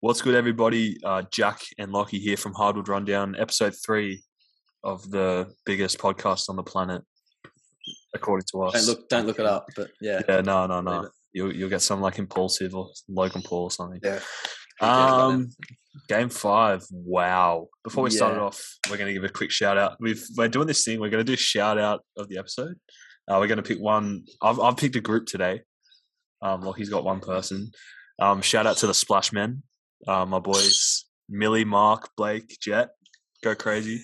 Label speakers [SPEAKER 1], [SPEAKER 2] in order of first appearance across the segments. [SPEAKER 1] What's good, everybody? Uh, Jack and Lockie here from Hardwood Rundown, episode three of the biggest podcast on the planet, according to us.
[SPEAKER 2] Don't look, don't look it up. But yeah,
[SPEAKER 1] Yeah, no, no,
[SPEAKER 2] Believe
[SPEAKER 1] no.
[SPEAKER 2] it.
[SPEAKER 1] You'll, you'll get some like impulsive or Logan Paul or something.
[SPEAKER 2] Yeah.
[SPEAKER 1] Um, game five. Wow. Before we start it
[SPEAKER 2] Yeah.
[SPEAKER 1] off, we're going to give a quick shout out. We've we're doing this thing. We're going to do shout out of the episode. Uh, we're going to pick one. I've I've picked a group today. Um, Lockie's got one person. Um, shout out to the Splash Men. Uh, my boys, Millie, Mark, Blake, Jet, go crazy.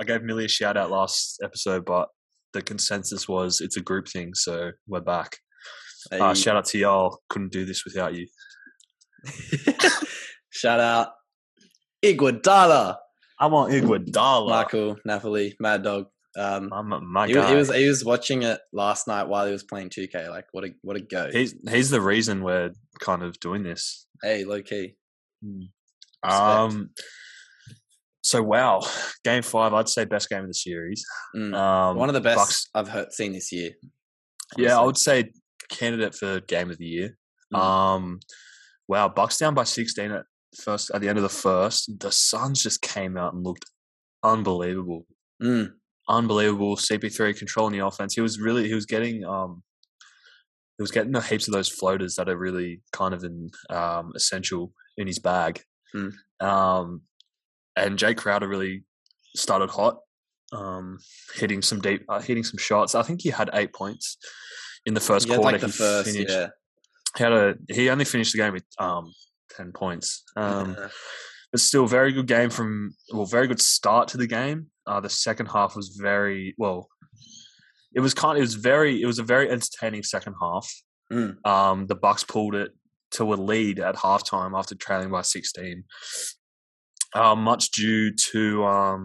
[SPEAKER 1] I gave Millie a shout out last episode, but the consensus was it's a group thing, so we're back.
[SPEAKER 2] Hey,
[SPEAKER 1] Uh, shout out to y'all. Couldn't do this without you.
[SPEAKER 2] shout out Iguodala,
[SPEAKER 1] I'm on Iguodala.
[SPEAKER 2] Michael Napoli, Mad Dog. Um,
[SPEAKER 1] I'm a- my
[SPEAKER 2] he,
[SPEAKER 1] guy.
[SPEAKER 2] he was he was watching it last night while he was playing 2K. Like what a what a go.
[SPEAKER 1] he's he's the reason we're kind of doing this.
[SPEAKER 2] hey, low key. Respect.
[SPEAKER 1] Um. So wow, game five. I'd say best game of the series.
[SPEAKER 2] Mm.
[SPEAKER 1] Um,
[SPEAKER 2] One of the best
[SPEAKER 1] Bucks-
[SPEAKER 2] I've heard, seen this year.
[SPEAKER 1] yeah, I
[SPEAKER 2] honestly.
[SPEAKER 1] would say candidate for game of the year.
[SPEAKER 2] Mm.
[SPEAKER 1] Um. Wow, Bucks down by sixteen at first at the end of the first. The Suns just came out and looked unbelievable.
[SPEAKER 2] Mm.
[SPEAKER 1] unbelievable CP3 controlling the offense. He was really he was getting um he was getting heaps of those floaters that are really kind of in, um, essential in his bag.
[SPEAKER 2] Mm.
[SPEAKER 1] Um, and Jay Crowder really started hot, um, hitting some deep, uh, hitting some shots. I think he had eight points in the first
[SPEAKER 2] He had,
[SPEAKER 1] quarter.
[SPEAKER 2] like the
[SPEAKER 1] he
[SPEAKER 2] first,
[SPEAKER 1] finished.
[SPEAKER 2] yeah.
[SPEAKER 1] He had a he only finished the game with um ten points. Um,
[SPEAKER 2] Yeah.
[SPEAKER 1] but still very good game from well very good start to the game uh the second half was very well it was kind it was very it was a very entertaining second half
[SPEAKER 2] Mm.
[SPEAKER 1] um the bucks pulled it to a lead at halftime after trailing by 16 uh, much due to um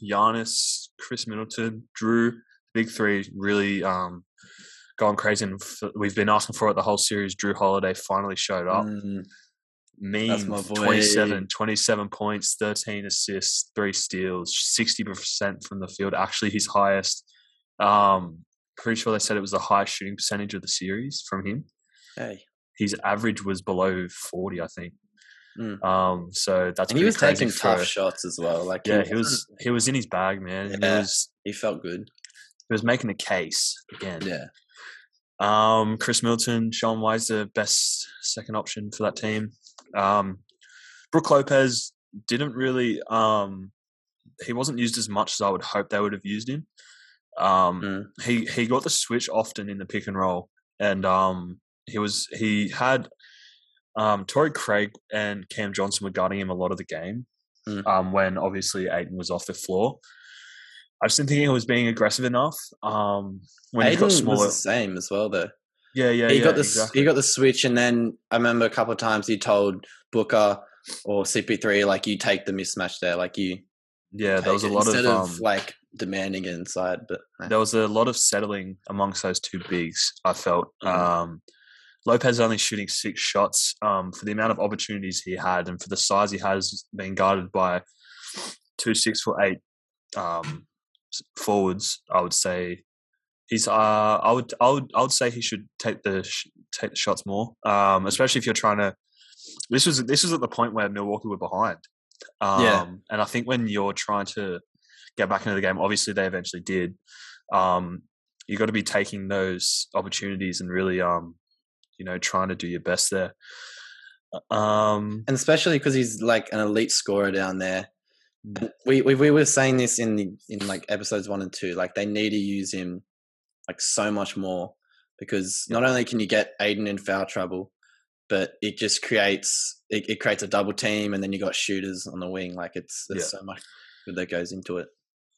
[SPEAKER 1] Giannis, Chris Middleton, Drew, big three really um gone crazy and f- we've been asking for it the whole series. Drew Holiday finally showed up
[SPEAKER 2] Mm.
[SPEAKER 1] mean
[SPEAKER 2] my boy.
[SPEAKER 1] 27, 27 points, 13 assists, three steals, 60% from the field, actually his highest. Um, pretty sure they said it was the highest shooting percentage of the series from him.
[SPEAKER 2] Hey.
[SPEAKER 1] His average was below 40, I think.
[SPEAKER 2] Mm.
[SPEAKER 1] Um, so that's
[SPEAKER 2] And he
[SPEAKER 1] pretty
[SPEAKER 2] was
[SPEAKER 1] crazy
[SPEAKER 2] taking tough
[SPEAKER 1] for-
[SPEAKER 2] shots as well. Like
[SPEAKER 1] Yeah, he
[SPEAKER 2] wasn't-
[SPEAKER 1] was he was in his bag, man. and He
[SPEAKER 2] Yeah.
[SPEAKER 1] was
[SPEAKER 2] he felt good.
[SPEAKER 1] he was making a case again.
[SPEAKER 2] Yeah.
[SPEAKER 1] Um, Chris Milton, Sean Wise, the best second option for that team. Um, Brooke Lopez didn't really. Um, he wasn't used as much as I would hope they would have used him. Um,
[SPEAKER 2] Mm.
[SPEAKER 1] He he got the switch often in the pick and roll, and um, he was he had um, Torrey Craig and Cam Johnson were guarding him a lot of the game.
[SPEAKER 2] Mm.
[SPEAKER 1] Um, when obviously Aiton was off the floor, I just didn't think he was being aggressive enough. Um, when he
[SPEAKER 2] Aiden
[SPEAKER 1] got
[SPEAKER 2] was
[SPEAKER 1] smaller,
[SPEAKER 2] the same as well though.
[SPEAKER 1] yeah, yeah,
[SPEAKER 2] he
[SPEAKER 1] yeah,
[SPEAKER 2] got the s
[SPEAKER 1] exactly.
[SPEAKER 2] he got the switch, and then I remember a couple of times he told Booker or CP3 like you take the mismatch there, like you.
[SPEAKER 1] yeah.
[SPEAKER 2] take
[SPEAKER 1] There was a
[SPEAKER 2] it,"
[SPEAKER 1] lot of,
[SPEAKER 2] instead
[SPEAKER 1] um,
[SPEAKER 2] like demanding it inside, but eh,
[SPEAKER 1] there was a lot of settling amongst those two bigs. I felt
[SPEAKER 2] Mhm.
[SPEAKER 1] um, Lopez only shooting six shots um, for the amount of opportunities he had, and for the size he has, being guarded by two six foot eight um, s- forwards. I would say he's. Uh, I would. I would. I would say he should take the sh- take the shots more, um, especially if you're trying to. This was this was at the point where Milwaukee were behind. Um,
[SPEAKER 2] Yeah.
[SPEAKER 1] And I think when you're trying to get back into the game, obviously they eventually did. Um, you got to be taking those opportunities and really, um, you know, trying to do your best there. Um,
[SPEAKER 2] and especially because he's like an elite scorer down there. And We, we we were saying this in the in like episodes one and two, like they need to use him like so much more because not only can you get Aiden in foul trouble, but it just creates it, it creates a double team, and then you got shooters on the wing. Like it's there's so much good that goes into it.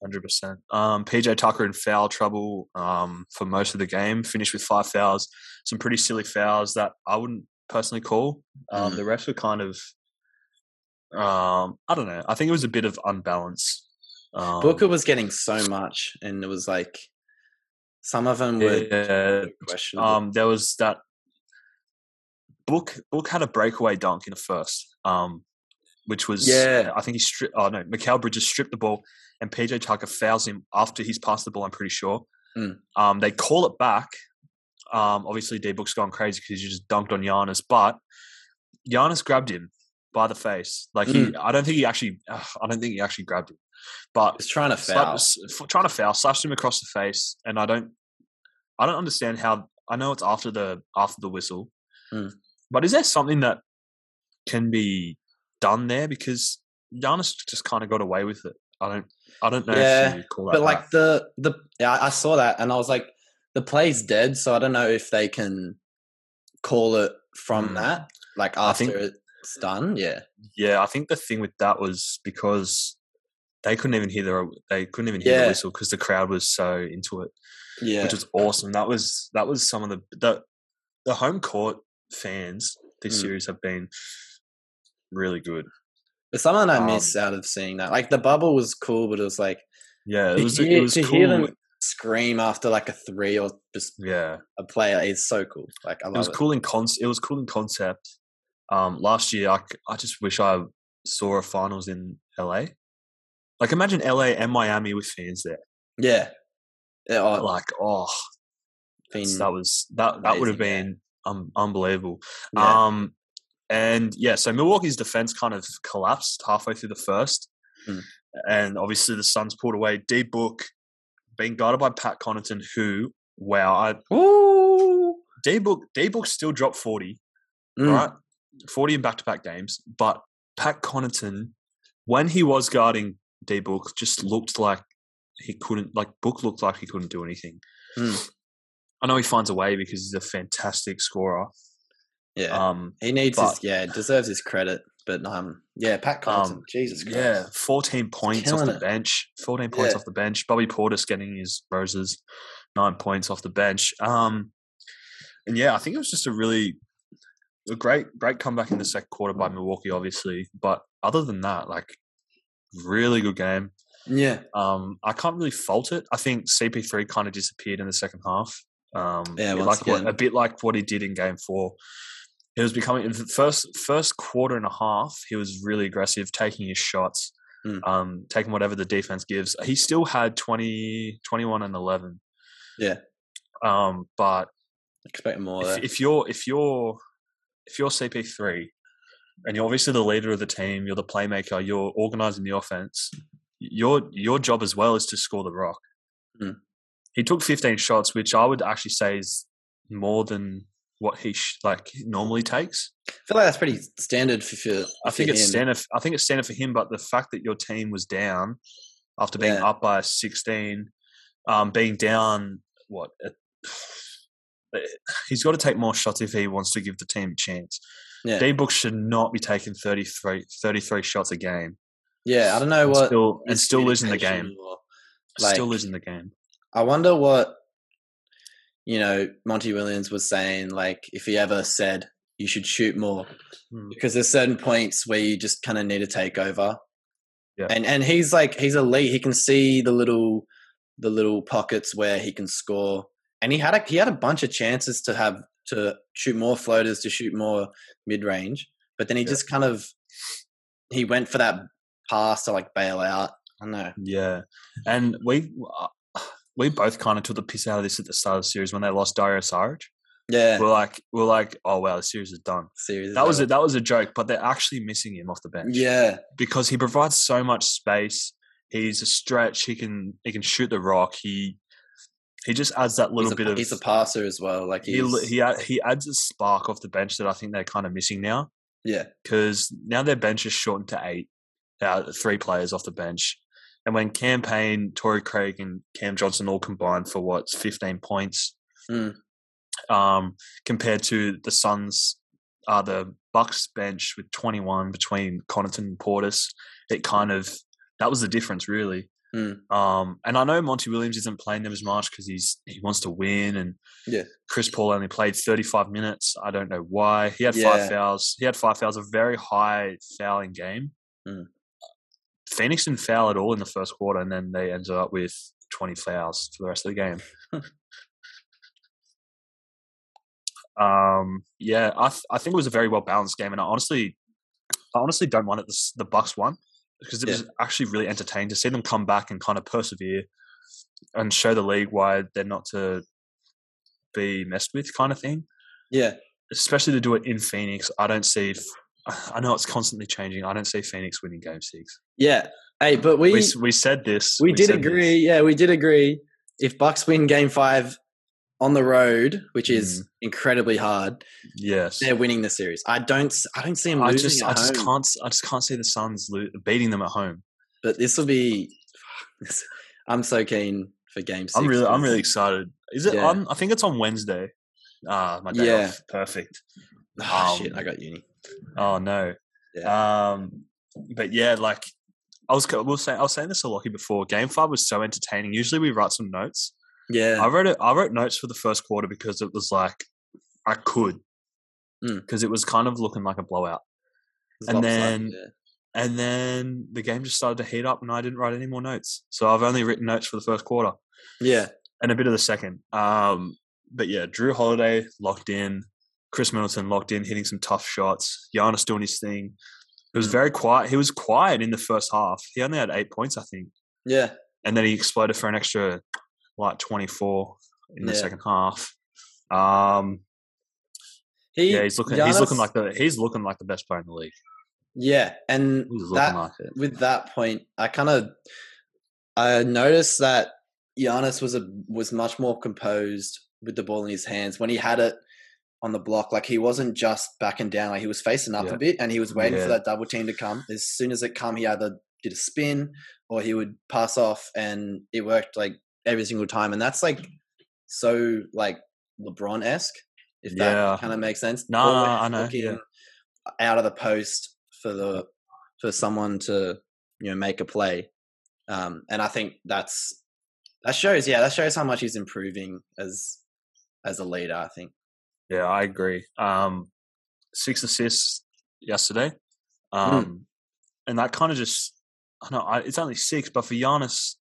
[SPEAKER 1] Hundred percent. Um, PJ Tucker in foul trouble um, for most of the game. Finished with five fouls. Some pretty silly fouls that I wouldn't personally call. Um,
[SPEAKER 2] Mm.
[SPEAKER 1] The refs were kind of, um, I don't know. I think it was a bit of unbalance. Um,
[SPEAKER 2] Booker was getting so much, and it was like some of them were
[SPEAKER 1] Yeah,
[SPEAKER 2] questionable.
[SPEAKER 1] um, there was that book. Book had a breakaway dunk in the first, um, which was
[SPEAKER 2] Yeah.
[SPEAKER 1] I think he stripped. Oh no, Mikael Bridges stripped the ball, and PJ Tucker fouls him after he's passed the ball. I'm pretty sure.
[SPEAKER 2] Mm.
[SPEAKER 1] Um, they call it back. Um, obviously, D Book's gone crazy because he just dunked on Giannis, but Giannis grabbed him by the face. Like
[SPEAKER 2] Hmm.
[SPEAKER 1] he, I don't think he actually, ugh, I don't think he actually grabbed him, but
[SPEAKER 2] He's trying to
[SPEAKER 1] slap-
[SPEAKER 2] foul.
[SPEAKER 1] s- f- trying to foul, slaps him across the face, and I don't, I don't understand how. I know it's after the after the whistle,
[SPEAKER 2] Mm.
[SPEAKER 1] but is there something that can be done there because Giannis just kind of got away with it? I don't, I don't know.
[SPEAKER 2] Yeah,
[SPEAKER 1] if you call that
[SPEAKER 2] But
[SPEAKER 1] that.
[SPEAKER 2] like the the yeah, I I saw that and I was like, the play's dead, so I don't know if they can call it from
[SPEAKER 1] Mm.
[SPEAKER 2] that. Like
[SPEAKER 1] I
[SPEAKER 2] after
[SPEAKER 1] think-
[SPEAKER 2] it's done, yeah.
[SPEAKER 1] Yeah, I think the thing with that was because they couldn't even hear the they couldn't even hear
[SPEAKER 2] Yeah.
[SPEAKER 1] the whistle because the crowd was so into it,
[SPEAKER 2] Yeah.
[SPEAKER 1] which was awesome. That was that was some of the the, the home court fans this
[SPEAKER 2] Mm.
[SPEAKER 1] series have been really good.
[SPEAKER 2] But something I
[SPEAKER 1] Um,
[SPEAKER 2] miss out of seeing that. Like the bubble was cool, but it was like
[SPEAKER 1] Yeah, it
[SPEAKER 2] to
[SPEAKER 1] was
[SPEAKER 2] hear-
[SPEAKER 1] it was
[SPEAKER 2] to
[SPEAKER 1] cool.
[SPEAKER 2] hear them scream after like a three or just
[SPEAKER 1] yeah,
[SPEAKER 2] a player is so cool. Like I love
[SPEAKER 1] it was
[SPEAKER 2] it.
[SPEAKER 1] cool in concept. It was cool in concept. Um, last year, I, c- I just wish I saw a finals in LA. Like imagine LA and Miami with fans there.
[SPEAKER 2] Yeah. Yeah, oh,
[SPEAKER 1] Like oh,
[SPEAKER 2] been-
[SPEAKER 1] that was that that would have
[SPEAKER 2] amazing, yeah.
[SPEAKER 1] been um, unbelievable.
[SPEAKER 2] yeah.
[SPEAKER 1] Um, and yeah, so Milwaukee's defense kind of collapsed halfway through the first,
[SPEAKER 2] Mm.
[SPEAKER 1] and obviously the Suns pulled away. D Book being guided by Pat Connaughton, who wow, I,
[SPEAKER 2] Ooh.
[SPEAKER 1] D Book D Book still dropped forty,
[SPEAKER 2] Mm,
[SPEAKER 1] right, forty in back to back games, but Pat Connaughton, when he was guarding D Book, just looked like he couldn't. Like Book looked like he couldn't do anything.
[SPEAKER 2] Mm.
[SPEAKER 1] I know he finds a way because he's a fantastic scorer.
[SPEAKER 2] Yeah.
[SPEAKER 1] Um,
[SPEAKER 2] he needs
[SPEAKER 1] but-
[SPEAKER 2] his yeah, deserves his credit. But um yeah, Pat Connaughton,
[SPEAKER 1] Um,
[SPEAKER 2] Jesus Christ.
[SPEAKER 1] Yeah, 14 points off
[SPEAKER 2] killing
[SPEAKER 1] the
[SPEAKER 2] it.
[SPEAKER 1] bench. 14 points
[SPEAKER 2] Yeah.
[SPEAKER 1] off the bench. Bobby Portis getting his roses, nine points off the bench. Um, and yeah, I think it was just a really a great, great comeback in the second quarter by
[SPEAKER 2] Mm.
[SPEAKER 1] Milwaukee, obviously. But other than that, like really good game.
[SPEAKER 2] Yeah.
[SPEAKER 1] Um, I can't really fault it. I think CP3 kind of disappeared in the second half. Um,
[SPEAKER 2] Yeah,
[SPEAKER 1] a bit
[SPEAKER 2] once
[SPEAKER 1] like what,
[SPEAKER 2] again.
[SPEAKER 1] a bit like what he did in game four. He was becoming in the first first quarter and a half. He was really aggressive, taking his shots,
[SPEAKER 2] Mm.
[SPEAKER 1] um, taking whatever the defense gives. He still had 20, 21 and eleven.
[SPEAKER 2] Yeah.
[SPEAKER 1] Um, but
[SPEAKER 2] Expect more
[SPEAKER 1] if,
[SPEAKER 2] there.
[SPEAKER 1] if you're if you're if you're CP three, and you're obviously the leader of the team, you're the playmaker, you're organizing the offense. Your your job as well is to score the rock.
[SPEAKER 2] Mm.
[SPEAKER 1] He took 15 shots, which I would actually say is more than what he sh- like normally takes.
[SPEAKER 2] I feel like that's pretty standard for, for
[SPEAKER 1] I think it's
[SPEAKER 2] him.
[SPEAKER 1] standard. I think it's standard for him, but the fact that your team was down after being
[SPEAKER 2] Yeah.
[SPEAKER 1] up by 16, um, being down what. uh, He's got to take more shots if he wants to give the team a chance.
[SPEAKER 2] Yeah.
[SPEAKER 1] D Book should not be taking 33, 33 shots a game
[SPEAKER 2] Yeah, I don't know
[SPEAKER 1] and
[SPEAKER 2] what
[SPEAKER 1] still, and still losing the
[SPEAKER 2] miscommunication
[SPEAKER 1] game.
[SPEAKER 2] or-
[SPEAKER 1] still
[SPEAKER 2] like-
[SPEAKER 1] losing the game.
[SPEAKER 2] I wonder what you know Monty Williams was saying. Like, if he ever said you should shoot more,
[SPEAKER 1] Mm.
[SPEAKER 2] because there's certain points where you just kind of need to take over.
[SPEAKER 1] Yeah.
[SPEAKER 2] And and he's like he's elite. He can see the little the little pockets where he can score. And he had a he had a bunch of chances to have to shoot more floaters, to shoot more mid range. But then he
[SPEAKER 1] Yeah.
[SPEAKER 2] just kind of he went for that pass to like bail out. I don't know.
[SPEAKER 1] Yeah, and we uh, we both kind of took the piss out of this at the start of the series when they lost Dario Saric.
[SPEAKER 2] Yeah.
[SPEAKER 1] We're like, we're like, oh wow, the series is done.
[SPEAKER 2] Seriously.
[SPEAKER 1] That was a, that was a joke, but they're actually missing him off the bench
[SPEAKER 2] Yeah.
[SPEAKER 1] because he provides so much space. He's a stretch. He can he can shoot the rock. He he just adds that little
[SPEAKER 2] he's a,
[SPEAKER 1] bit of
[SPEAKER 2] he's a passer as well. Like
[SPEAKER 1] he
[SPEAKER 2] he's,
[SPEAKER 1] l- he add- he adds a spark off the bench that I think they're kind of missing now.
[SPEAKER 2] yeah,
[SPEAKER 1] because now their bench is shortened to eight, uh, three players off the bench. And when Campaign, Torrey Craig, and Cam Johnson all combined for what's 15 points,
[SPEAKER 2] Mm.
[SPEAKER 1] um, compared to the Suns, uh, the Bucks bench with 21 between Connaughton and Portis, it kind of that was the difference really.
[SPEAKER 2] Mm.
[SPEAKER 1] Um, and I know Monty Williams isn't playing them as much because he's he wants to win, and
[SPEAKER 2] Yeah.
[SPEAKER 1] Chris Paul only played 35 minutes. I don't know why he had
[SPEAKER 2] Yeah.
[SPEAKER 1] five fouls. He had five fouls, a very high fouling game.
[SPEAKER 2] Mm.
[SPEAKER 1] Phoenix didn't foul at all in the first quarter, and then they ended up with 20 fouls for the rest of the game. um, yeah, I th- I think it was a very well balanced game, and I honestly, I honestly don't mind that the, s- the Bucks won because it
[SPEAKER 2] Yeah.
[SPEAKER 1] was actually really entertaining to see them come back and kind of persevere and show the league why they're not to be messed with, kind of thing.
[SPEAKER 2] yeah,
[SPEAKER 1] Especially to do it in Phoenix, I don't see. If, I know it's constantly changing. I don't see Phoenix winning Game Six.
[SPEAKER 2] Yeah. Hey, but we
[SPEAKER 1] We
[SPEAKER 2] we,
[SPEAKER 1] s- we said this.
[SPEAKER 2] did
[SPEAKER 1] said
[SPEAKER 2] agree.
[SPEAKER 1] this.
[SPEAKER 2] Yeah, we did agree. If Bucks win Game Five on the road, which is
[SPEAKER 1] Mm-hmm.
[SPEAKER 2] incredibly hard,
[SPEAKER 1] Yes.
[SPEAKER 2] they're winning the series. I don't. s- I don't see them
[SPEAKER 1] I
[SPEAKER 2] losing
[SPEAKER 1] just
[SPEAKER 2] at
[SPEAKER 1] I just
[SPEAKER 2] home,
[SPEAKER 1] can't s- I just can't see the Suns lo- beating them at home.
[SPEAKER 2] But this will be. this- I'm so keen for Game Six.
[SPEAKER 1] I'm really I'm
[SPEAKER 2] 'cause-
[SPEAKER 1] really excited. Is it
[SPEAKER 2] Yeah.
[SPEAKER 1] on? I think it's on Wednesday. Ah, my day
[SPEAKER 2] Yeah.
[SPEAKER 1] off. Perfect.
[SPEAKER 2] Ah,
[SPEAKER 1] um,
[SPEAKER 2] shit, I got uni.
[SPEAKER 1] Oh no. Um, but yeah, like I was, co- we will saying, I was saying this to Lockie before. Game five was so entertaining. Usually we write some notes.
[SPEAKER 2] Yeah.
[SPEAKER 1] I wrote it. I wrote notes for the first quarter because it was like I could,
[SPEAKER 2] Mm.
[SPEAKER 1] because it was kind of looking like a blowout.
[SPEAKER 2] It's
[SPEAKER 1] and
[SPEAKER 2] lopsided,
[SPEAKER 1] then-
[SPEAKER 2] yeah.
[SPEAKER 1] And then the game just started to heat up, and I didn't write any more notes. So I've only written notes for the first quarter
[SPEAKER 2] yeah,
[SPEAKER 1] and a bit of the second. Um, but yeah, Drew Holiday locked in, Chris Middleton locked in, hitting some tough shots. Giannis doing his thing. It was
[SPEAKER 2] Mm.
[SPEAKER 1] very quiet. He was quiet in the first half. He only had eight points, I think,
[SPEAKER 2] yeah,
[SPEAKER 1] and then he exploded for an extra like twenty four in the
[SPEAKER 2] Yeah.
[SPEAKER 1] second half. Um,
[SPEAKER 2] He,
[SPEAKER 1] yeah, he's looking. he's looking
[SPEAKER 2] Giannis-
[SPEAKER 1] like the. He's looking like the best player in the league.
[SPEAKER 2] yeah, and
[SPEAKER 1] He's looking
[SPEAKER 2] that
[SPEAKER 1] like it.
[SPEAKER 2] with that point, I kind of I noticed that Giannis was a was much more composed with the ball in his hands when he had it on the block. Like he wasn't just backing down; like he was facing up
[SPEAKER 1] Yeah.
[SPEAKER 2] a bit, and he was waiting
[SPEAKER 1] Yeah.
[SPEAKER 2] for that double team to come. As soon as it come, he either did a spin or he would pass off, and it worked like every single time. And that's like so like LeBron esque, if
[SPEAKER 1] Yeah.
[SPEAKER 2] that kind of makes sense.
[SPEAKER 1] No,
[SPEAKER 2] Always
[SPEAKER 1] I know,
[SPEAKER 2] looking
[SPEAKER 1] yeah.
[SPEAKER 2] Out of the post for the for someone to you know make a play, um, and I think that's that shows. Yeah, that shows how much he's improving as as a leader. I think.
[SPEAKER 1] Yeah, I agree. Um, six assists yesterday, um, and that kind of just I don't know I, it's only six, but for Giannis,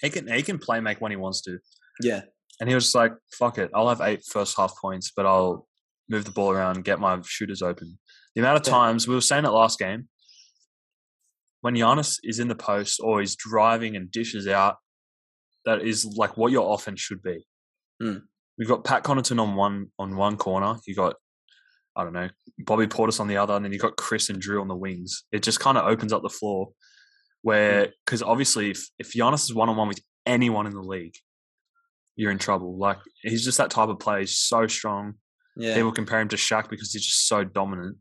[SPEAKER 1] he can he can play make when he wants to,
[SPEAKER 2] Yeah,
[SPEAKER 1] and he was just like, "Fuck it, I'll have eight first half points, but I'll move the ball around, get my shooters open." The amount of
[SPEAKER 2] Yeah.
[SPEAKER 1] times we were saying it last game, when Giannis is in the post or he's driving and dishes out, that is like what your offense should be.
[SPEAKER 2] Mm.
[SPEAKER 1] We've got Pat Connaughton on one on one corner. You got I don't know Bobby Portis on the other, and then you got Chris and Drew on the wings. It just kind of opens up the floor where because obviously if if Giannis is one on one with anyone in the league, you're in trouble. Like he's just that type of player. He's so strong.
[SPEAKER 2] yeah.
[SPEAKER 1] People compare him to Shaq because he's just so dominant.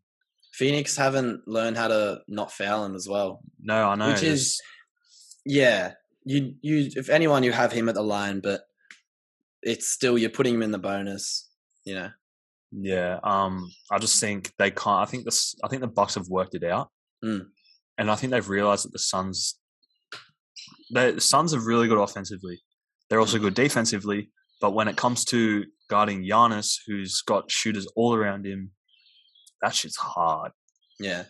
[SPEAKER 2] Phoenix haven't learned how to not foul him as well,
[SPEAKER 1] No, I know.
[SPEAKER 2] which
[SPEAKER 1] there's-
[SPEAKER 2] is yeah. You you if anyone you have him at the line, but it's still you're putting him in the bonus. You know.
[SPEAKER 1] Yeah, um, I just think they can't. I think this. I think the Bucks have worked it out,
[SPEAKER 2] Mm.
[SPEAKER 1] and I think they've realized that the Suns, they- the Suns are really good offensively. They're
[SPEAKER 2] Mm.
[SPEAKER 1] also good defensively, but when it comes to guarding Giannis, who's got shooters all around him, that shit's hard
[SPEAKER 2] Yeah.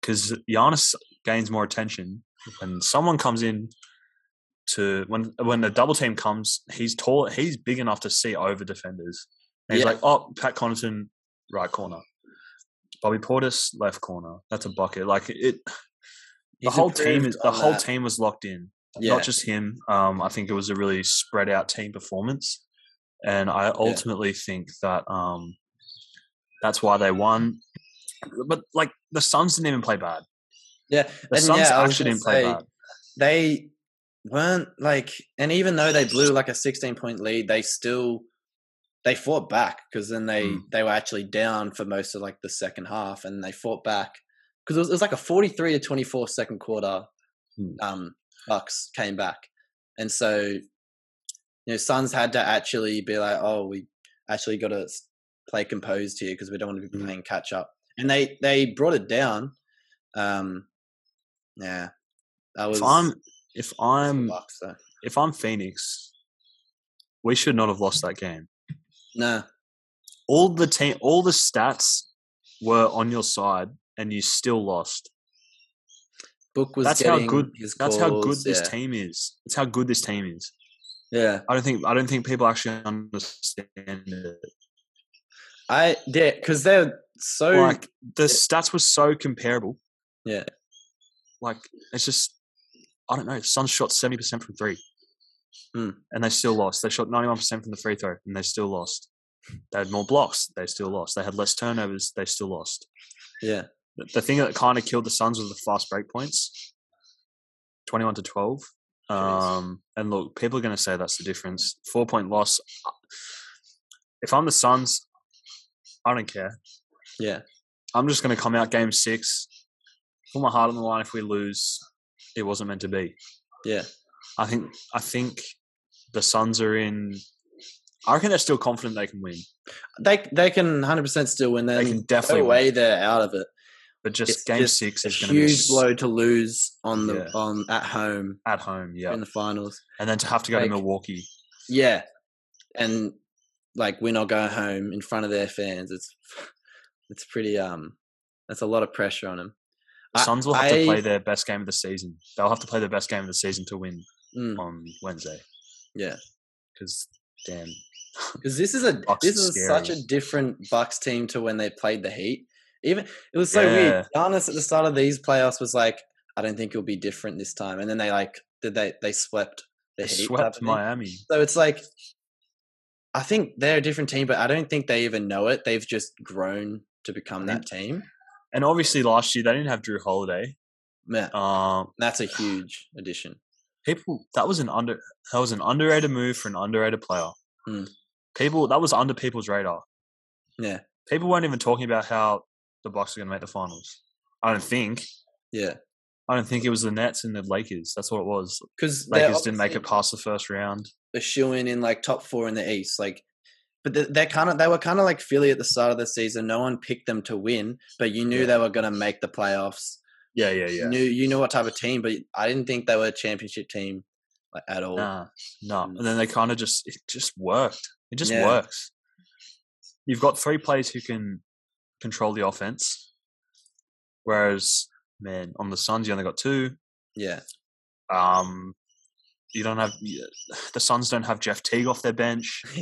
[SPEAKER 1] because Giannis gains more attention when someone comes in. To when when the double team comes, he's tall. He's big enough to see over defenders. And he's
[SPEAKER 2] Yeah.
[SPEAKER 1] like, oh, Pat Connaughton, right corner. Bobby Portis, left corner. That's a bucket. Like it, the
[SPEAKER 2] He's
[SPEAKER 1] whole team
[SPEAKER 2] improved
[SPEAKER 1] is the
[SPEAKER 2] on
[SPEAKER 1] whole
[SPEAKER 2] that.
[SPEAKER 1] team was locked in.
[SPEAKER 2] Yeah.
[SPEAKER 1] Not just him. Um, I think it was a really spread out team performance, and I ultimately think that um, that's why they won. But like the Suns didn't even play bad.
[SPEAKER 2] yeah.
[SPEAKER 1] The
[SPEAKER 2] And
[SPEAKER 1] Suns
[SPEAKER 2] yeah, I was
[SPEAKER 1] actually
[SPEAKER 2] gonna
[SPEAKER 1] didn't play
[SPEAKER 2] say,
[SPEAKER 1] bad.
[SPEAKER 2] they weren't like and even though they blew like a 16 point lead they still they fought back because then they
[SPEAKER 1] Mm.
[SPEAKER 2] they were actually down for most of like the second half and they fought back because it was, it was like a 43 to 24 second quarter
[SPEAKER 1] Mm.
[SPEAKER 2] um bucks came back and so you know suns had to actually be like oh we actually got to play composed here because we don't want to be
[SPEAKER 1] Mm.
[SPEAKER 2] playing catch up and they they brought it down um yeah that was
[SPEAKER 1] If I'm if I'm
[SPEAKER 2] Bucks, though.
[SPEAKER 1] if I'm Phoenix, we should not have lost that game.
[SPEAKER 2] No,
[SPEAKER 1] all the team, all the stats were on your side, and you still lost.
[SPEAKER 2] Book was
[SPEAKER 1] That's how
[SPEAKER 2] getting
[SPEAKER 1] good.
[SPEAKER 2] his
[SPEAKER 1] That's how good
[SPEAKER 2] calls,
[SPEAKER 1] this
[SPEAKER 2] yeah.
[SPEAKER 1] team is. That's how good this team is.
[SPEAKER 2] Yeah,
[SPEAKER 1] I don't think. I don't think people actually understand it.
[SPEAKER 2] I yeah, because they're so
[SPEAKER 1] Like the stats were so comparable.
[SPEAKER 2] Yeah.
[SPEAKER 1] Like it's just, I don't know. Suns shot seventy percent from three,
[SPEAKER 2] Hmm.
[SPEAKER 1] and they still lost. They shot ninety-one percent from the free throw, and they still lost. They had more blocks. They still lost. They had less turnovers. They still lost.
[SPEAKER 2] yeah.
[SPEAKER 1] the- the thing that kind of killed the Suns was the fast break points, twenty-one to twelve. Um, and look, people are going to say that's the difference. Four-point loss. If I'm the Suns, I don't care.
[SPEAKER 2] Yeah.
[SPEAKER 1] I'm just going to come out game six, put my heart on the line. If we lose, it wasn't meant to be.
[SPEAKER 2] Yeah.
[SPEAKER 1] I think I think the Suns are in. I reckon they're still confident they can win.
[SPEAKER 2] They they can 100% still win.
[SPEAKER 1] They
[SPEAKER 2] They
[SPEAKER 1] can
[SPEAKER 2] can
[SPEAKER 1] definitely
[SPEAKER 2] no way
[SPEAKER 1] win,
[SPEAKER 2] they're out of it.
[SPEAKER 1] but just
[SPEAKER 2] it's
[SPEAKER 1] game
[SPEAKER 2] just
[SPEAKER 1] six
[SPEAKER 2] A
[SPEAKER 1] is going to be
[SPEAKER 2] huge
[SPEAKER 1] s-
[SPEAKER 2] blow to lose on the
[SPEAKER 1] Yeah.
[SPEAKER 2] on at home
[SPEAKER 1] at home. Yeah,
[SPEAKER 2] in the finals.
[SPEAKER 1] and then to have to go
[SPEAKER 2] like-
[SPEAKER 1] to Milwaukee.
[SPEAKER 2] Yeah, and like we're not going home in front of their fans. It's it's pretty um. That's a lot of pressure on them.
[SPEAKER 1] The
[SPEAKER 2] I-
[SPEAKER 1] Suns will have to play
[SPEAKER 2] I-
[SPEAKER 1] their best game of the season. They'll have to play their best game of the season to win
[SPEAKER 2] Mm,
[SPEAKER 1] on Wednesday.
[SPEAKER 2] yeah,
[SPEAKER 1] Because damn,
[SPEAKER 2] because this is a
[SPEAKER 1] Bucks
[SPEAKER 2] this
[SPEAKER 1] is
[SPEAKER 2] is such
[SPEAKER 1] scary.
[SPEAKER 2] a different Bucks team to when they played the Heat. Even it was so
[SPEAKER 1] Yeah.
[SPEAKER 2] weird. Giannis at the start of these playoffs was like, I don't think it'll be different this time. And then they like did they they swept the
[SPEAKER 1] they
[SPEAKER 2] Heat. type
[SPEAKER 1] swept
[SPEAKER 2] of thing.
[SPEAKER 1] Miami.
[SPEAKER 2] So it's like, I think they're a different team, but I don't think they even know it. They've just grown to become that team.
[SPEAKER 1] And obviously last year they didn't have Drew Holiday.
[SPEAKER 2] Yeah,
[SPEAKER 1] Um,
[SPEAKER 2] that's a huge addition.
[SPEAKER 1] people that was an under that was an underrated move for an underrated player.
[SPEAKER 2] Mm.
[SPEAKER 1] People that was under people's radar.
[SPEAKER 2] Yeah.
[SPEAKER 1] People weren't even talking about how the Bucks are going to make the finals. I don't think.
[SPEAKER 2] Yeah,
[SPEAKER 1] I don't think it was the Nets and the Lakers. That's what it was.
[SPEAKER 2] because
[SPEAKER 1] Lakers didn't make it past the first round.
[SPEAKER 2] A shoe in in like top four in the East, like. But they- they're kind of they were kind of like Philly at the start of the season. No one picked them to win, but you knew
[SPEAKER 1] Yeah.
[SPEAKER 2] they were going to make the playoffs.
[SPEAKER 1] Yeah, yeah,
[SPEAKER 2] You knew you knew what type of team, but I didn't think they were a championship team like, at all.
[SPEAKER 1] Nah, nah.
[SPEAKER 2] Mm.
[SPEAKER 1] And then they kind of just it just worked. It just
[SPEAKER 2] Yeah.
[SPEAKER 1] works. You've got three players who can control the offense, whereas man on the Suns you only got two.
[SPEAKER 2] Yeah,
[SPEAKER 1] Um, you don't have y- the Suns don't have Jeff Teague off their bench.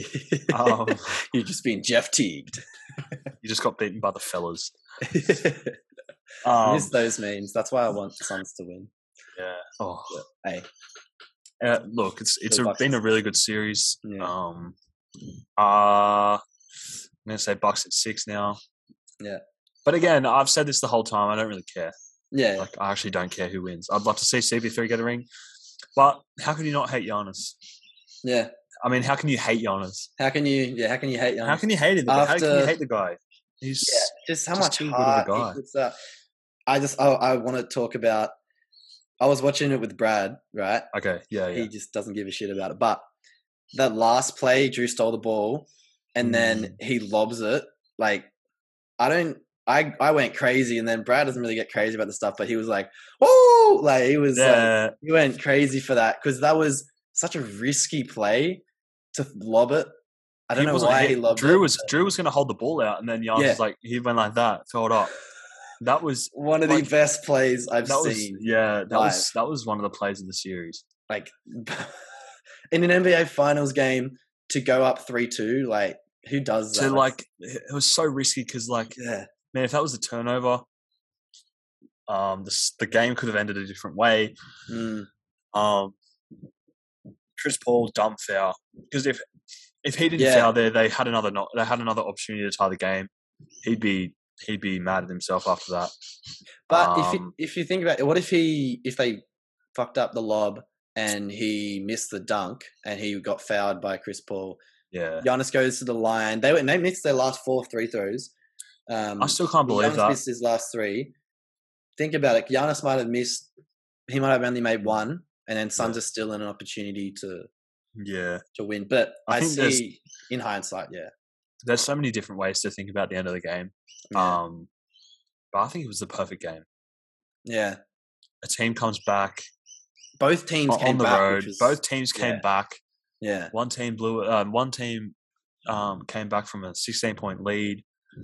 [SPEAKER 1] Um,
[SPEAKER 2] you're just being Jeff Teagued.
[SPEAKER 1] you just got beaten by the fellas.
[SPEAKER 2] I
[SPEAKER 1] Um,
[SPEAKER 2] miss those memes. That's why I want Suns to win.
[SPEAKER 1] yeah. Oh,
[SPEAKER 2] Hey,
[SPEAKER 1] uh, look, it's it's
[SPEAKER 2] The
[SPEAKER 1] a,
[SPEAKER 2] Bucks
[SPEAKER 1] been a
[SPEAKER 2] is-
[SPEAKER 1] really good series.
[SPEAKER 2] Yeah.
[SPEAKER 1] Um, uh, I'm gonna say Bucks at six now.
[SPEAKER 2] Yeah.
[SPEAKER 1] But again, I've said this the whole time. I don't really care.
[SPEAKER 2] yeah,
[SPEAKER 1] Like, I actually don't care who wins. I'd love to see CP3 get a ring, but how can you not hate Giannis?
[SPEAKER 2] yeah.
[SPEAKER 1] I mean, how can you hate Giannis?
[SPEAKER 2] How can you? Yeah, how can you hate? Giannis?
[SPEAKER 1] How can you hate him? how can you
[SPEAKER 2] After-
[SPEAKER 1] hate the guy? He's
[SPEAKER 2] Yeah, just how
[SPEAKER 1] just
[SPEAKER 2] much
[SPEAKER 1] too good of a
[SPEAKER 2] heart
[SPEAKER 1] guy.
[SPEAKER 2] he puts out. I just, I, I want to talk about. I was watching it with Brad, right?
[SPEAKER 1] okay. Yeah, yeah.
[SPEAKER 2] He just doesn't give a shit about it. But that last play, Drew stole the ball, and
[SPEAKER 1] Mm.
[SPEAKER 2] then he lobs it. Like, I don't. I, I went crazy, and then Brad doesn't really get crazy about the stuff, but he was like, "Whoa!" Like he was uh, like,
[SPEAKER 1] yeah.
[SPEAKER 2] You went crazy for that because that was such a risky play to lob it. I don't know
[SPEAKER 1] wasn't
[SPEAKER 2] why
[SPEAKER 1] hit-
[SPEAKER 2] he lobbed
[SPEAKER 1] Drew
[SPEAKER 2] it.
[SPEAKER 1] was Drew was going to hold the ball out, and then Giannis
[SPEAKER 2] Yeah.
[SPEAKER 1] was like he went like that, throw it up. That was
[SPEAKER 2] One of
[SPEAKER 1] like-
[SPEAKER 2] the best plays I've
[SPEAKER 1] that was
[SPEAKER 2] seen.
[SPEAKER 1] yeah that was
[SPEAKER 2] live.
[SPEAKER 1] that was one of the plays of the series.
[SPEAKER 2] Like in an NBA Finals game to go up three two. Like who does that?
[SPEAKER 1] So like it was so risky because like
[SPEAKER 2] yeah,
[SPEAKER 1] man, if that was a turnover, um, this, the game could have ended a different way.
[SPEAKER 2] Mm,
[SPEAKER 1] Um, Chris Paul dumb foul because if if he didn't
[SPEAKER 2] Yeah.
[SPEAKER 1] foul there, they had another not they had another opportunity to tie the game. He'd be he'd be mad at himself after that.
[SPEAKER 2] but if
[SPEAKER 1] Um,
[SPEAKER 2] you, if you think about it, what if he if they fucked up the lob and he missed the dunk and he got fouled by Chris Paul?
[SPEAKER 1] Yeah,
[SPEAKER 2] Giannis goes to the line. They went. They missed their last four free throws. Um,
[SPEAKER 1] I still can't
[SPEAKER 2] Well,
[SPEAKER 1] believe
[SPEAKER 2] Giannis
[SPEAKER 1] that.
[SPEAKER 2] missed his last three. Think about it. Giannis might have missed. He might have only made one, and then Suns are still in an opportunity to
[SPEAKER 1] yeah.
[SPEAKER 2] to win. But
[SPEAKER 1] I
[SPEAKER 2] I,
[SPEAKER 1] think there's-
[SPEAKER 2] see in hindsight, yeah,
[SPEAKER 1] there's so many different ways to think about the end of the game.
[SPEAKER 2] yeah,
[SPEAKER 1] Um, but I think it was the perfect game.
[SPEAKER 2] yeah.
[SPEAKER 1] A team comes back
[SPEAKER 2] Both teams
[SPEAKER 1] on,
[SPEAKER 2] came
[SPEAKER 1] on the
[SPEAKER 2] back.
[SPEAKER 1] road.
[SPEAKER 2] which was-
[SPEAKER 1] Both teams came
[SPEAKER 2] yeah.
[SPEAKER 1] back.
[SPEAKER 2] yeah,
[SPEAKER 1] One team blew. Um, one team um, came back from a 16 point lead,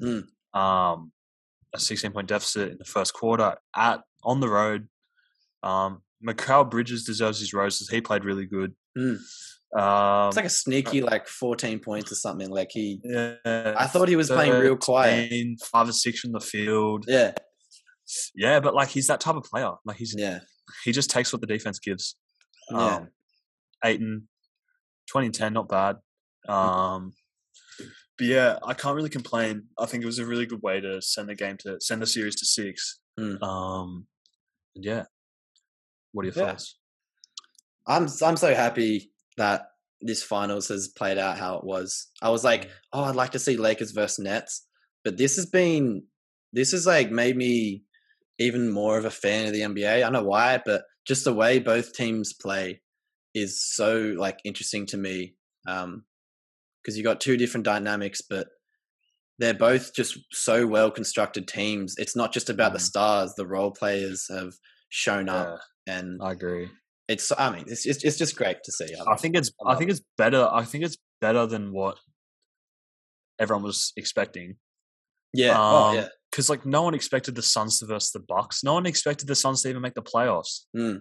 [SPEAKER 2] Mm.
[SPEAKER 1] um, a 16 point deficit in the first quarter at on the road. Um, Macau Bridges deserves his roses. He played really good.
[SPEAKER 2] Mm.
[SPEAKER 1] Um,
[SPEAKER 2] it's like a sneaky like fourteen points or something. Like he,
[SPEAKER 1] yeah,
[SPEAKER 2] I thought he was playing real quiet.
[SPEAKER 1] 13, Five or six from the field.
[SPEAKER 2] Yeah,
[SPEAKER 1] Yeah, but like he's that type of player. Like he's
[SPEAKER 2] yeah,
[SPEAKER 1] he just takes what the defense gives. Oh,
[SPEAKER 2] Yeah. Mm.
[SPEAKER 1] Um, Aiton, 2010, not bad. Um, But yeah, I can't really complain. I think it was a really good way to send the game to send the series to six.
[SPEAKER 2] Mm.
[SPEAKER 1] Um, and yeah, what are your
[SPEAKER 2] Yeah.
[SPEAKER 1] thoughts?
[SPEAKER 2] I'm I'm so happy that this finals has played out how it was. I was
[SPEAKER 1] Mm.
[SPEAKER 2] like, oh, I'd like to see Lakers versus Nets, but this has been this has like made me even more of a fan of the NBA. I don't know why, but just the way both teams play is so like interesting to me. Um because you got two different dynamics, but they're both just so well constructed teams. It's not just about the
[SPEAKER 1] Mm.
[SPEAKER 2] stars; the role players have shown up, and
[SPEAKER 1] Yeah, I agree.
[SPEAKER 2] it's I mean it's it's, it's just great to see.
[SPEAKER 1] I think it's I think it's better. I think it's better than what everyone was expecting.
[SPEAKER 2] yeah, oh,
[SPEAKER 1] um,
[SPEAKER 2] yeah,
[SPEAKER 1] Because like no one expected the Suns to versus the Bucks. No one expected the Suns to even make the playoffs.
[SPEAKER 2] Mm.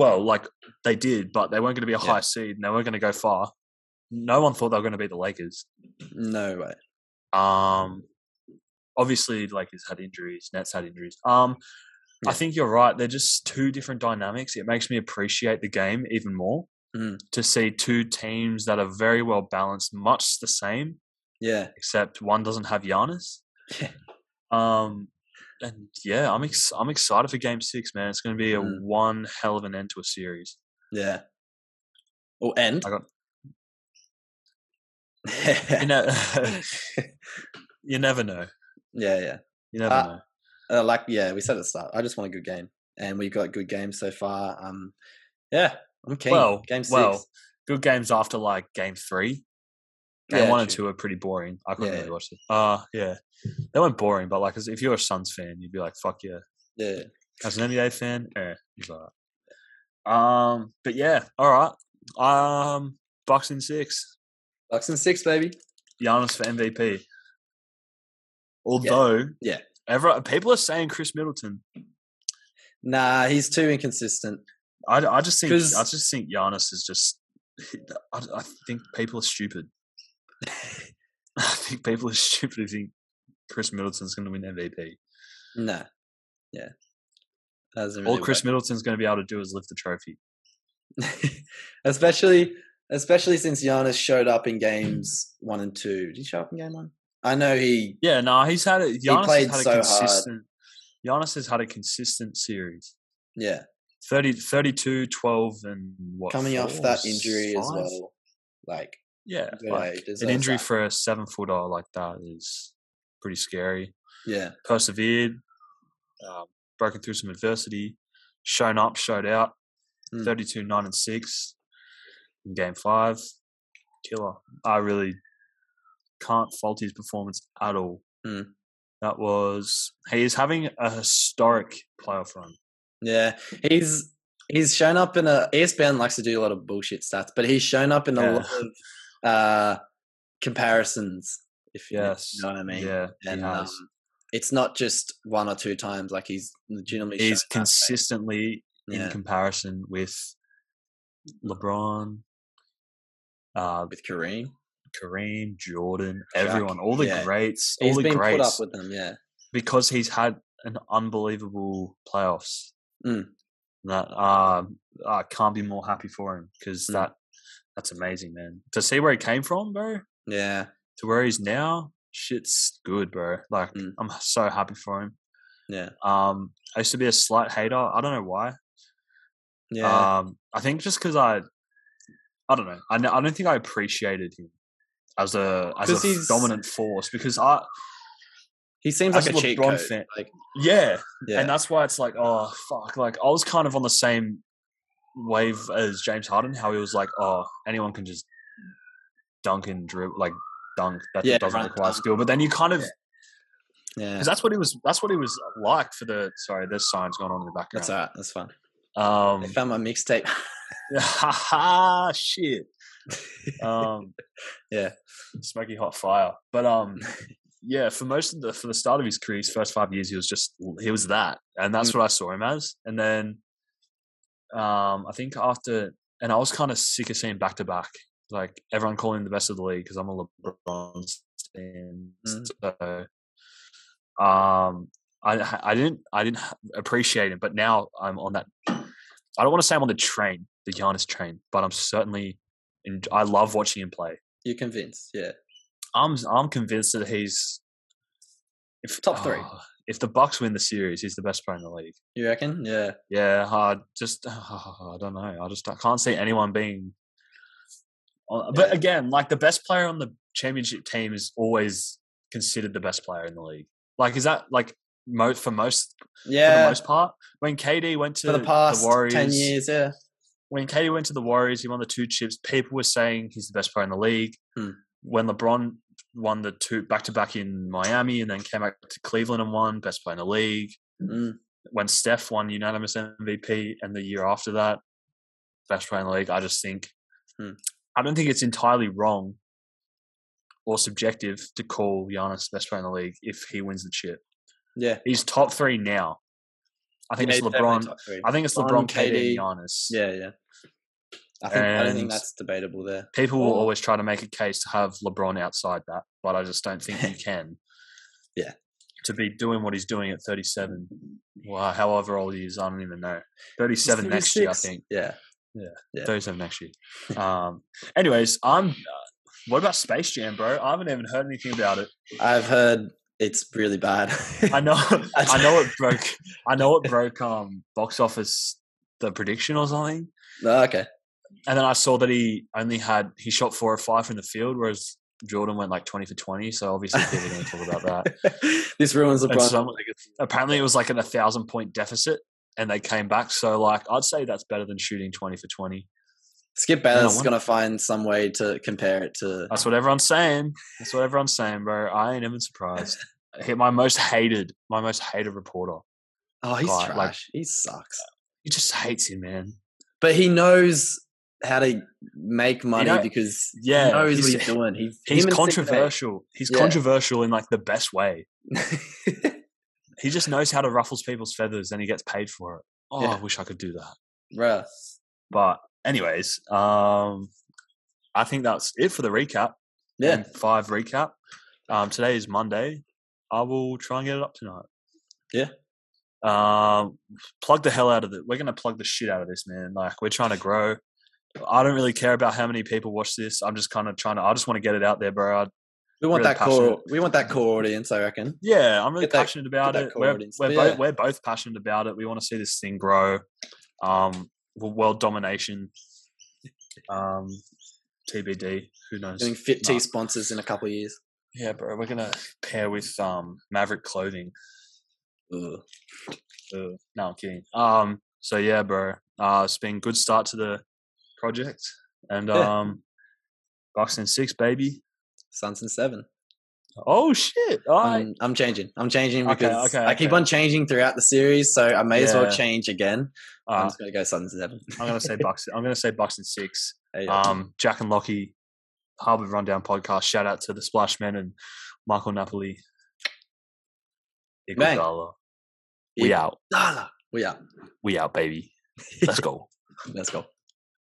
[SPEAKER 1] Well, like they did, but they weren't going to be a
[SPEAKER 2] Yeah.
[SPEAKER 1] high seed and they weren't going to go far. No one thought they were going to beat the Lakers.
[SPEAKER 2] no way.
[SPEAKER 1] Um, obviously, Lakers had injuries. Nets had injuries. Um, I
[SPEAKER 2] Yeah.
[SPEAKER 1] think you're right. They're just two different dynamics. It makes me appreciate the game even more
[SPEAKER 2] Mm.
[SPEAKER 1] to see two teams that are very well balanced, much the same,
[SPEAKER 2] Yeah,
[SPEAKER 1] except one doesn't have Giannis.
[SPEAKER 2] Yeah.
[SPEAKER 1] um, and yeah, I'm ex- I'm excited for Game Six, man. It's going to be a
[SPEAKER 2] Mm.
[SPEAKER 1] one hell of an end to a series.
[SPEAKER 2] yeah. Oh, Or end.
[SPEAKER 1] I got- You know, you never know.
[SPEAKER 2] yeah, yeah.
[SPEAKER 1] You never
[SPEAKER 2] Uh,
[SPEAKER 1] know.
[SPEAKER 2] Uh, like yeah, we said at the start. I just want a good game, and we've got good games so far. Um, yeah, I'm keen.
[SPEAKER 1] Well,
[SPEAKER 2] game six.
[SPEAKER 1] well, Good games after like Game Three. Game
[SPEAKER 2] Yeah,
[SPEAKER 1] one and
[SPEAKER 2] true.
[SPEAKER 1] two are pretty boring. I couldn't
[SPEAKER 2] Yeah.
[SPEAKER 1] really watch them. Uh yeah, they weren't boring, but like, as- if you're a Suns fan, you'd be like, "Fuck yeah."
[SPEAKER 2] Yeah,
[SPEAKER 1] As an NBA fan, eh, he's all right. Um, but yeah, all right. Um, Bucks in six.
[SPEAKER 2] Bucks and six, baby.
[SPEAKER 1] Giannis for MVP. Although,
[SPEAKER 2] yeah.
[SPEAKER 1] ever people are saying Chris Middleton.
[SPEAKER 2] Nah, he's too inconsistent.
[SPEAKER 1] I, I just think I
[SPEAKER 2] 'Cause-
[SPEAKER 1] just think Giannis is just. I, I think people are stupid. I think people are stupid who think Chris Middleton's going to win MVP.
[SPEAKER 2] Nah, yeah. That doesn't
[SPEAKER 1] All
[SPEAKER 2] really
[SPEAKER 1] Chris
[SPEAKER 2] work.
[SPEAKER 1] Middleton's going to be able to do is lift the trophy.
[SPEAKER 2] especially especially since Giannis showed up in games one and two. Did he show up in game one? I know he.
[SPEAKER 1] Yeah, no, he's had a Giannis
[SPEAKER 2] played
[SPEAKER 1] has had
[SPEAKER 2] so
[SPEAKER 1] a
[SPEAKER 2] hard.
[SPEAKER 1] consistent. Giannis has had a consistent series.
[SPEAKER 2] Yeah,
[SPEAKER 1] 30, 32, 12, and what?
[SPEAKER 2] coming off
[SPEAKER 1] four,
[SPEAKER 2] that injury as
[SPEAKER 1] five?
[SPEAKER 2] well. Like
[SPEAKER 1] Yeah,
[SPEAKER 2] Yeah,
[SPEAKER 1] like,
[SPEAKER 2] he
[SPEAKER 1] an
[SPEAKER 2] deserves
[SPEAKER 1] injury
[SPEAKER 2] that.
[SPEAKER 1] for a seven footer like that is pretty scary.
[SPEAKER 2] yeah,
[SPEAKER 1] Persevered, um, broken through some adversity, shown up, showed out.
[SPEAKER 2] Mm.
[SPEAKER 1] Thirty-two, nine, and six in game five, killer. I really can't fault his performance at all.
[SPEAKER 2] Mm.
[SPEAKER 1] That was he is having a historic playoff run.
[SPEAKER 2] yeah. He's he's shown up in a E ESPN likes to do a lot of bullshit stats, but he's shown up in a
[SPEAKER 1] Yeah.
[SPEAKER 2] lot of uh comparisons. If you know-
[SPEAKER 1] Yes,
[SPEAKER 2] you know what I mean.
[SPEAKER 1] Yeah, he
[SPEAKER 2] and um,
[SPEAKER 1] has.
[SPEAKER 2] it's not just one or two times. Like he's legitimately shown
[SPEAKER 1] he's
[SPEAKER 2] up, like,
[SPEAKER 1] consistently in
[SPEAKER 2] yeah,
[SPEAKER 1] comparison with LeBron, uh,
[SPEAKER 2] with Kareem.
[SPEAKER 1] Kareem, Jordan,
[SPEAKER 2] Shaq,
[SPEAKER 1] everyone, all the
[SPEAKER 2] yeah.
[SPEAKER 1] greats, all
[SPEAKER 2] He's
[SPEAKER 1] the
[SPEAKER 2] been put up
[SPEAKER 1] greats,
[SPEAKER 2] with them. Yeah.
[SPEAKER 1] because he's had an unbelievable playoffs.
[SPEAKER 2] Mm.
[SPEAKER 1] That um, I can't be more happy for him because
[SPEAKER 2] Mm.
[SPEAKER 1] that that's amazing, man. To see where he came from, bro,
[SPEAKER 2] Yeah,
[SPEAKER 1] to where he's now, shit's good, bro. Like
[SPEAKER 2] Mm.
[SPEAKER 1] I'm so happy for him.
[SPEAKER 2] yeah,
[SPEAKER 1] Um, I used to be a slight hater. I don't know why.
[SPEAKER 2] yeah,
[SPEAKER 1] Um, I think just because I, I don't know. I, n- I don't think I appreciated him as a as
[SPEAKER 2] 'Cause
[SPEAKER 1] a
[SPEAKER 2] he's-
[SPEAKER 1] dominant force because I
[SPEAKER 2] he seems
[SPEAKER 1] as
[SPEAKER 2] like a
[SPEAKER 1] a
[SPEAKER 2] cheat
[SPEAKER 1] LeBron
[SPEAKER 2] code.
[SPEAKER 1] fan-
[SPEAKER 2] Like,
[SPEAKER 1] yeah,
[SPEAKER 2] yeah,
[SPEAKER 1] and uh, that's why it's like oh fuck, like I was kind of on the same wave as James Harden, how he was like oh anyone can just dunk and dribble like dunk that
[SPEAKER 2] Yeah,
[SPEAKER 1] doesn't
[SPEAKER 2] run,
[SPEAKER 1] require
[SPEAKER 2] dunk.
[SPEAKER 1] skill, but then you kind of
[SPEAKER 2] Yeah.
[SPEAKER 1] because
[SPEAKER 2] yeah.
[SPEAKER 1] that's what he was that's what he was uh, like for the sorry there's signs going on in the
[SPEAKER 2] That's
[SPEAKER 1] background.
[SPEAKER 2] all right. That's fine. I
[SPEAKER 1] Um,
[SPEAKER 2] found my mixtape.
[SPEAKER 1] ha shit. Um,
[SPEAKER 2] Yeah.
[SPEAKER 1] smoky hot fire. But um, yeah, for most of the for the start of his career, his first five years, he was just he was that, and that's
[SPEAKER 2] Mm.
[SPEAKER 1] what I saw him as. And then, um, I think after, and I was kind of sick of seeing back to back, like everyone calling him the best of the league because I'm a LeBron fan.
[SPEAKER 2] Mm.
[SPEAKER 1] So, um, I I didn't I didn't appreciate him, but now I'm on that. I don't want to say I'm on the train, the Giannis train, but I'm certainly. In, I love watching him play.
[SPEAKER 2] You're convinced, yeah.
[SPEAKER 1] I'm I'm convinced that he's if
[SPEAKER 2] Top three.
[SPEAKER 1] oh, if the Bucks win the series, he's the best player in the league.
[SPEAKER 2] You reckon? Yeah.
[SPEAKER 1] Yeah, I just I don't know. I just I can't see anyone being. Uh, But
[SPEAKER 2] Yeah.
[SPEAKER 1] again, like the best player on the championship team is always considered the best player in the league. Like, is that like mo for most for the
[SPEAKER 2] Yeah.
[SPEAKER 1] most part? When KD went to
[SPEAKER 2] For the, past
[SPEAKER 1] Warriors,
[SPEAKER 2] 10 years, yeah.
[SPEAKER 1] when KD went to the Warriors, he won the two chips. People were saying he's the best player in the league.
[SPEAKER 2] Hmm.
[SPEAKER 1] When LeBron won the two back to back in Miami and then came back to Cleveland and won best player in the league
[SPEAKER 2] Mm.
[SPEAKER 1] when Steph won unanimous MVP and the year after that, best player in the league, I just think
[SPEAKER 2] Hmm.
[SPEAKER 1] I don't think it's entirely wrong or subjective to call Giannis best player in the league if he wins the chip.
[SPEAKER 2] Yeah.
[SPEAKER 1] He's top three now. I think
[SPEAKER 2] Yeah,
[SPEAKER 1] it's
[SPEAKER 2] he's definitely
[SPEAKER 1] LeBron.
[SPEAKER 2] top three.
[SPEAKER 1] I think it's LeBron,
[SPEAKER 2] LeBron,
[SPEAKER 1] KD,
[SPEAKER 2] KD.
[SPEAKER 1] and Giannis.
[SPEAKER 2] Yeah, yeah. I think I don't think
[SPEAKER 1] And-
[SPEAKER 2] that's debatable there.
[SPEAKER 1] People will
[SPEAKER 2] Oh.
[SPEAKER 1] always try to make a case to have LeBron outside that, but I just don't think you can.
[SPEAKER 2] Yeah.
[SPEAKER 1] To be doing what he's doing at 37, well, however old he is, I don't even know. 37 next year, I
[SPEAKER 2] 36.
[SPEAKER 1] think.
[SPEAKER 2] Yeah. Yeah.
[SPEAKER 1] 37 next year. Um, anyways, I'm. Uh, what about Space Jam, bro? I haven't even heard anything about it.
[SPEAKER 2] I've heard it's really bad.
[SPEAKER 1] I know, I know it broke. I know it broke. Um, box office the prediction or something,
[SPEAKER 2] No, okay.
[SPEAKER 1] and then I saw that he only had he shot four or five from the field, whereas Jordan went like twenty for twenty. So obviously people are going to talk about that.
[SPEAKER 2] this ruins
[SPEAKER 1] And
[SPEAKER 2] LeBron.
[SPEAKER 1] some, apparently, it was like at a thousand point deficit, and they came back. So like, I'd say that's better than shooting twenty for twenty.
[SPEAKER 2] Skip Bayless is
[SPEAKER 1] one-
[SPEAKER 2] going to find some way to compare it to.
[SPEAKER 1] That's what everyone's saying. That's what everyone's saying, bro. I ain't even surprised. Hit my most hated, my most hated reporter.
[SPEAKER 2] Oh, he's
[SPEAKER 1] God,
[SPEAKER 2] trash.
[SPEAKER 1] like-
[SPEAKER 2] he sucks.
[SPEAKER 1] He just hates him, man.
[SPEAKER 2] But he knows how to make money
[SPEAKER 1] know-
[SPEAKER 2] because
[SPEAKER 1] Yeah,
[SPEAKER 2] he knows
[SPEAKER 1] he's-
[SPEAKER 2] what he's doing. He's,
[SPEAKER 1] He's
[SPEAKER 2] him and Skip Bayless-
[SPEAKER 1] controversial. He's
[SPEAKER 2] Yeah.
[SPEAKER 1] controversial in like the best way. He just knows how to ruffles people's feathers, and he gets paid for it. Oh, I
[SPEAKER 2] Yeah.
[SPEAKER 1] wish I could do that.
[SPEAKER 2] Bruh.
[SPEAKER 1] But anyways, um, I think that's it for the recap.
[SPEAKER 2] Yeah.
[SPEAKER 1] Game five recap. Um, today is Monday. I will try and get it up tonight.
[SPEAKER 2] Yeah.
[SPEAKER 1] Um, plug the hell out of it. We're gonna plug the shit out of this, man. Like we're trying to grow. I don't really care about how many people watch this. I'm just kind of trying to. I just want to get it out there, bro. I,
[SPEAKER 2] We want
[SPEAKER 1] Really
[SPEAKER 2] that core. We want that core audience. I reckon.
[SPEAKER 1] yeah, I'm really
[SPEAKER 2] Get that-
[SPEAKER 1] passionate about
[SPEAKER 2] that
[SPEAKER 1] it. We're,
[SPEAKER 2] coordinates.
[SPEAKER 1] we're,
[SPEAKER 2] But
[SPEAKER 1] both,
[SPEAKER 2] yeah.
[SPEAKER 1] we're both passionate about it. We want to see this thing grow. Um, w- world domination. Um, TBD. Who knows?
[SPEAKER 2] Doing fit
[SPEAKER 1] Nah.
[SPEAKER 2] tea sponsors in a couple of years.
[SPEAKER 1] Yeah, bro. We're gonna pair with um Maverick Clothing.
[SPEAKER 2] Ugh.
[SPEAKER 1] Uh, no, I'm kidding. Um, so yeah, bro. Uh, it's been good start to the project, and
[SPEAKER 2] Yeah.
[SPEAKER 1] um, boxing six, baby.
[SPEAKER 2] Suns and seven.
[SPEAKER 1] Oh shit! All right.
[SPEAKER 2] I'm, I'm changing. I'm changing
[SPEAKER 1] Okay,
[SPEAKER 2] because
[SPEAKER 1] okay,
[SPEAKER 2] I keep
[SPEAKER 1] okay.
[SPEAKER 2] on changing throughout the series, so I may as
[SPEAKER 1] Yeah.
[SPEAKER 2] well change again. I'm
[SPEAKER 1] Uh,
[SPEAKER 2] just gonna go Suns and seven.
[SPEAKER 1] I'm gonna say bucks. I'm gonna say bucks and six.
[SPEAKER 2] Hey, uh,
[SPEAKER 1] Um, Jack and Lockie, Harbour Rundown podcast. Shout out to the Splash Men and Michael Napoli. Equal
[SPEAKER 2] Bang.
[SPEAKER 1] dollar. We
[SPEAKER 2] Equal-
[SPEAKER 1] out.
[SPEAKER 2] Dala. We are.
[SPEAKER 1] We out, baby. Let's go.
[SPEAKER 2] Let's go.